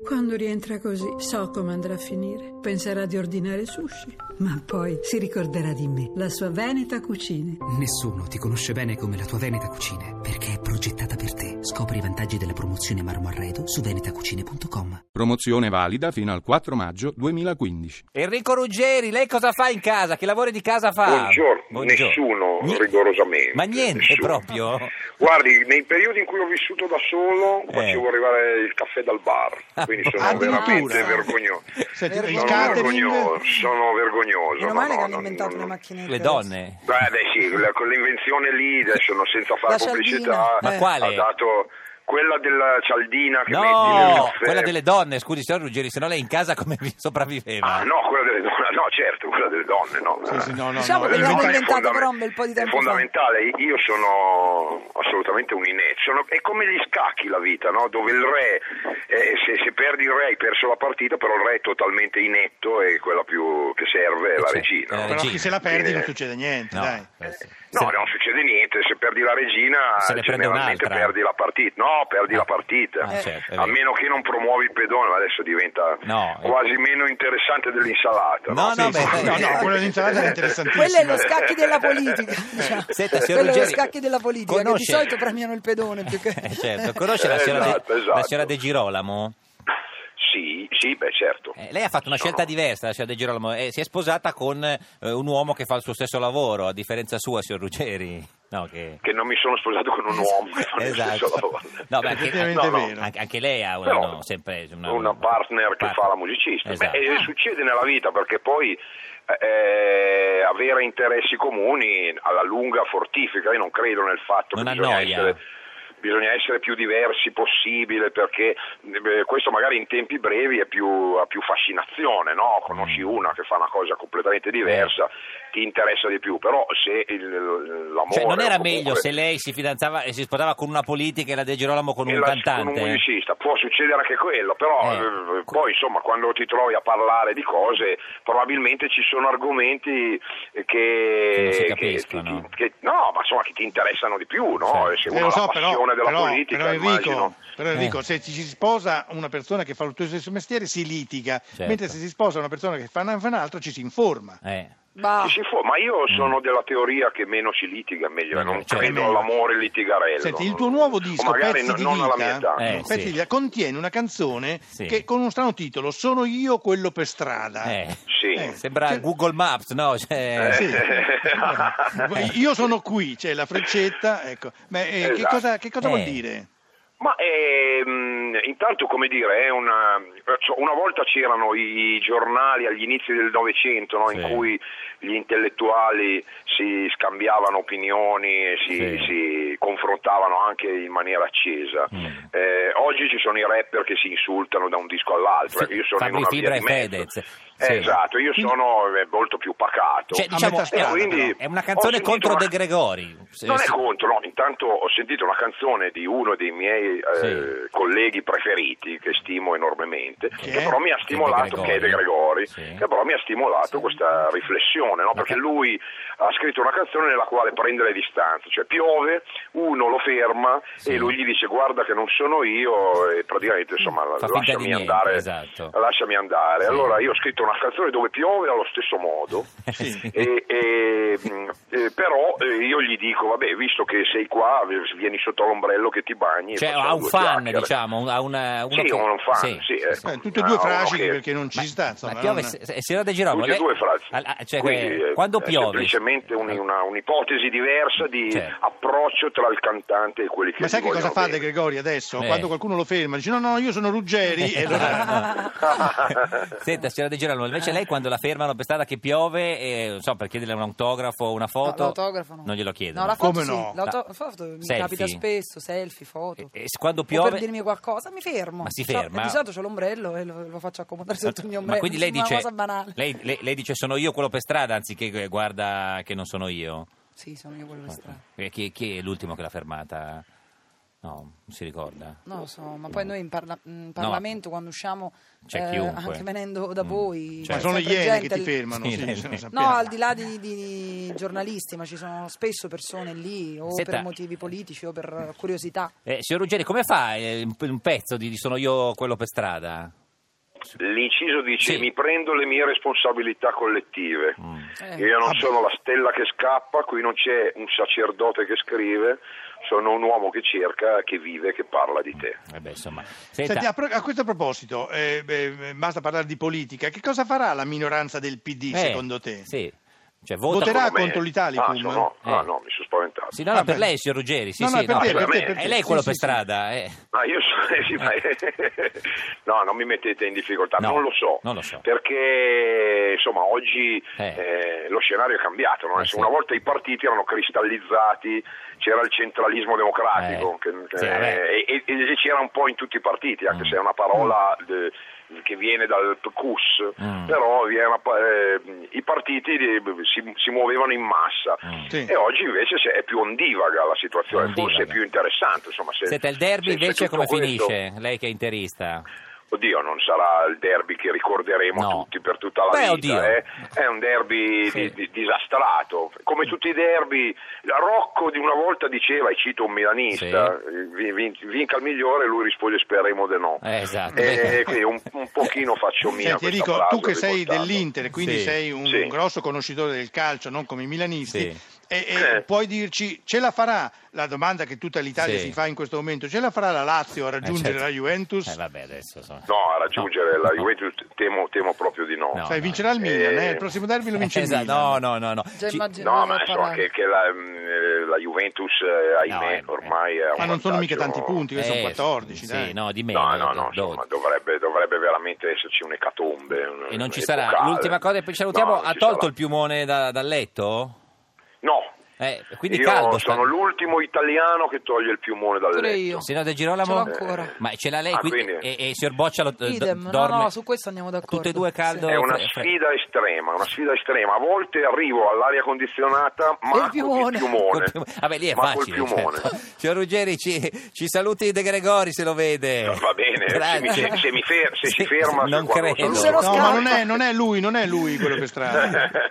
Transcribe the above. Quando rientra così, so come andrà a finire. Penserà di ordinare sushi, ma poi si ricorderà di me, la sua Veneta Cucine. Nessuno ti conosce bene come la tua Veneta Cucine, perché è progettata per te. Scopri i vantaggi della promozione Marmo Arredo su venetacucine.com. Promozione valida fino al 4 maggio 2015. Enrico Ruggeri, lei cosa fa in casa? Che lavori di casa fa? Buongiorno, Buongiorno. nessuno Ni- rigorosamente. Ma niente nessuno. proprio. Guardi, nei periodi in cui ho vissuto da solo Eh. facevo arrivare il caffè dal bar, quindi sono Addirittura. veramente vergognoso. Cioè, Senti, il Sono catering vergognoso, sono vergognoso. Meno no, male no, che hanno no, inventato no, una no. macchinetta. Le donne. Beh, beh, sì, la- con l'invenzione lì, adesso non senza fare La Eh. pubblicità, cialdina. Ma quale? ha dato quella della cialdina che metti nel No, caffè. quella delle donne, scusi signor Ruggeri, se no lei in casa come vi sopravviveva? Ah, no, quella delle donne, no, certo, quella delle donne, Eh, no. Sì, sì, no, no, Diciamo no, che l'hanno inventa- È inventato fondamen- però un bel po' di È tempo Eh, fondamentale, io sono assolutamente un inetto. Sono- È come gli scacchi la vita, no? dove il re, eh, se, se perdi il re hai perso la partita, però il re è totalmente inetto e quella più che serve è la Sì, regina. è la no? Però chi se la perdi non Eh, succede niente, No, eh, dai. questo. No, non succede niente, se perdi la regina Se ne prende generalmente un'altra. perdi la partita. No, perdi Ah. la partita. Ah, certo, è a vero. meno che non promuovi il pedone, ma adesso diventa No, è- quasi meno interessante dell'insalata. No, no, beh, No, no, quello dell'insalata era interessantissimo. Quello è lo scacchi della politica. diciamo. Senta, signor Quello è lo Ruggeri, scacchi della politica, che conosce- di solito premiano il pedone più che... Eh, certo, conosce la Eh, signora, esatto, De, la esatto. signora De Girolamo? Sì, sì, beh, certo. Eh, lei ha fatto una scelta diversa, la signora De Girolamo, eh, si è sposata con eh, un uomo che fa il suo stesso lavoro, a differenza sua, signor Ruggeri. No, che... Che non mi sono sposato con un uomo. Esatto. No, beh, anche, Effettivamente no, no, è vero. anche- anche lei ha una, Però no, sempre una, Una, partner che fa la musicista. Esatto. Beh, eh, succede nella vita perché poi eh, avere interessi comuni alla lunga fortifica. Io non credo nel fatto Non che bisogna annoia. essere, bisogna essere più diversi possibile perché eh, questo magari in tempi brevi è più, ha più fascinazione. No? Conosci Mm. una che fa una cosa Eh. completamente diversa, ti interessa di più. Però se il, l'amore. Cioè, non era comunque- meglio se lei si fidanzava e si sposava con una politica e la De Girolamo con E un la- cantante? Con un musicista, può succedere anche quello, però Eh. eh, poi insomma quando ti trovi a parlare di cose probabilmente ci sono argomenti eh, che... non si che- capiscono. che- che- no, ma insomma che ti interessano di più, no? Sì. E se Eh, uno lo ha so, la però, Cioè, passione della però- politica, però Enrico, immagino. Eh. però Enrico, se ci si sposa una persona che fa lo stesso mestiere si litiga, Certo. mentre se si sposa una persona che fa un fa un altro ci si informa. Eh. Ma Ci si fu- ma io sono della teoria che meno si litiga meglio, Beh, non Mm. cioè, credo meglio. all'amore litigarello. Senti, il tuo nuovo disco, o magari Pezzi no- di non alla mia età. vita, Eh, Pezzi sì. di vita, contiene una canzone Sì. che con uno strano titolo, Sono io quello per strada. Eh. Sì. Eh. Sembra Cioè- Google Maps, no? Cioè- Eh, Sì. Io sono qui, c'è la freccetta, ecco. Ma, eh, che Esatto. cosa, che cosa Eh. vuol dire? Ma ehm, intanto, come dire, è una, cioè, una volta c'erano i, i giornali agli inizi del Novecento no, in Sì. cui gli intellettuali si scambiavano opinioni e si, Sì. si confrontavano anche in maniera accesa. Mm. Eh, oggi ci sono i rapper che si insultano da un disco all'altro. Sì, io sono Fabri in una Fibra via e di mezzo. Fedez. Eh, Sì. Esatto, io Quindi- sono eh, molto più pacato. Cioè, A diciamo, metà strada, è, quindi- è una canzone ho sentito contro una- De Gregori. Se- non è se- contro, no, intanto ho sentito una canzone di uno dei miei eh, Sì. colleghi preferiti che stimo enormemente, Che che, è? però mi ha Che stimolato, che è è De De Gregori. Gregori, Sì. che però mi ha stimolato questa riflessione, no? perché ca- lui ha scritto una canzone nella quale prende le distanze, cioè piove, uno lo ferma Sì. e lui gli dice guarda che non sono io e praticamente insomma Fa finta di lasciami niente, andare. esatto. Lasciami andare. Sì. Allora io ho scritto una canzone dove piove allo stesso modo. Sì. E- e, mh, eh, però eh, io gli dico, vabbè, visto che sei qua, v- vieni sotto l'ombrello che ti bagni. e Cioè, facciamo ha un due fan, chiacchiere. diciamo, un- ha una, uno Sì, che- un fan, sì, sì. sì, sì. ecco. Eh, tutte e Ah, due uno frasili che- perché non ci sta, insomma. Ma piove, non- se, se- signora De Girolamo, Tutte e lei- due frasi. Ah, ah, cioè, Quindi, eh, quando è piove, Eh. Ah. semplicemente un- una- un'ipotesi diversa di Certo. approccio tra il cantante e quelli che Ma sai gli che cosa vogliono fa De bene. Gregori adesso? Eh. Quando qualcuno lo ferma, dice no, no, io sono Ruggeri. E allora- Senta, signora De Girolamo, invece lei quando la fermano per strada che piove, eh, non so, per chiederle un autografo, una no, foto, l'autografo no. non glielo chiedono. No, la foto Come sì, no? l'auto- la foto mi Selfie? capita spesso, selfie, foto. E- e se- quando O piove- per dirmi qualcosa, mi fermo. Ma si Cioè, ferma? Di solito c'ho l'ombrello e lo, lo faccio accomodare sotto il mio ombrello. Ma quindi lei Mi sembra dice, Una cosa banale. lei, lei- lei dice sono io quello per strada anziché che guarda che non sono io. Oh. Sì, sono io quello per strada. Eh, Chi, chi è l'ultimo che l'ha fermata? No, non si ricorda. Non lo so, ma poi noi in, parla- in Parlamento quando usciamo, Oh. C'è eh, chiunque. anche venendo da Mm. voi, Cioè- Ma c'è sono sempre ieri gente che ti lì- fermano, Sì, sì, le- se lo no, sappiamo. No, al di là di, di giornalisti, ma ci sono spesso persone lì o Senta. per motivi politici o per curiosità. Eh, signor Ruggeri, come fa eh, un un pezzo di di Sono io quello per strada? L'inciso dice Sì. Mm. mi prendo le mie responsabilità collettive. Eh. Io non sono la stella che scappa, qui non c'è un sacerdote che scrive, sono un uomo che cerca, che vive, che parla di te. Eh beh, insomma. Senti, a, Senta, pro- a questo proposito, eh, beh, basta parlare di politica. Che cosa farà la minoranza del PD, eh, secondo te? Sì. Cioè, vota Voterà come- Come- contro l'Italicum? Ah, sono- ah, Eh. no, mi sono spaventato. Sì, no, no, Ah, per beh. lei, signor Ruggeri. Sì, No, sì, no, per te, per te, per È te. lei Sì, quello sì, per sì. strada, eh. Ma io so- sì, ma- no, non mi mettete in difficoltà, No, non lo so. non lo so. Perché insomma oggi Eh. eh, lo scenario è cambiato. no? Eh, sì. Una volta i partiti erano cristallizzati, c'era il centralismo democratico Eh, che- sì, vabbè. eh, e, e- e c'era un po' in tutti i partiti, anche Mm. se è una parola eh, che viene dal CUS, Mm. però vi è una pa- eh, i partiti eh, si, si muovevano in massa. Mm. Sì. E oggi invece c'è- è più ondivaga la situazione, Ondivaga. forse è più interessante. Insomma, se- Senta, il se- derby se invece tutto come questo- finisce? Lei che è interista. Oddio, non sarà il derby che ricorderemo No. tutti per tutta la Beh, vita. oddio. eh. È un derby Sì. di- di- disastrato. Come tutti i derby, la Rocco di una volta diceva, e cito un milanista, "Vi- vin- vinca il migliore, lui risponde speremo di no. Eh, esatto. E quindi un, un pochino faccio mia Senti, questa Enrico, frase, tu che sei riportata. dell'Inter, quindi Sì. sei un Sì. grosso conoscitore del calcio, non come i milanisti, Sì. e, e Eh. puoi dirci, ce la farà, la domanda che tutta l'Italia Sì. si fa in questo momento, ce la farà la Lazio a Eh, raggiungere certo. la Juventus? Eh, vabbè, adesso insomma. No, a raggiungere No. la Juventus temo, temo proprio di no. No. Cioè, vincerà il Milan, eh, il prossimo derby lo vince Eh, il esatto, Milan. No, no, no, no. Già Ci- immagino No, Cioè, cosa ma insomma farà. che, che la, mh, la Juventus, eh, ahimè, No, eh, ormai è un Ma non sono mica tanti vantaggio- punti, questi Eh, sono 14. Sì, dai. no, di meno. No, no, no, do- insomma, dovrebbe, dovrebbe veramente esserci un'ecatombe. un- E non ci epocale. sarà. L'ultima cosa, e poi ci salutiamo. No, non ha ci tolto sarà. il piumone da- dal letto? No. Eh, quindi Io caldo. sta- sono l'ultimo italiano che toglie il piumone dal Pure letto. io. Signora De Girolamo? Eh, Ce l'ho ancora. Ma ce l'ha lei Ah, quindi, quindi- E, e il signor Boccia lo eh, Idem, do- no, dorme? no, su questo andiamo d'accordo. Tutte e due caldo? È una fre- eh, fre- sfida estrema, una sfida estrema. A volte arrivo all'aria condizionata, ma il col piumone. piumone. col piumone. Vabbè, lì è ma facile. col piumone. certo. Signor Ruggeri, ci, ci saluti De Gregori se lo vede. Va bene, se mi- se- se mi fer- se si ferma, se Non quando lo credo. saluto. No, certo. No, ma non è, non è lui, non è lui quello che strada.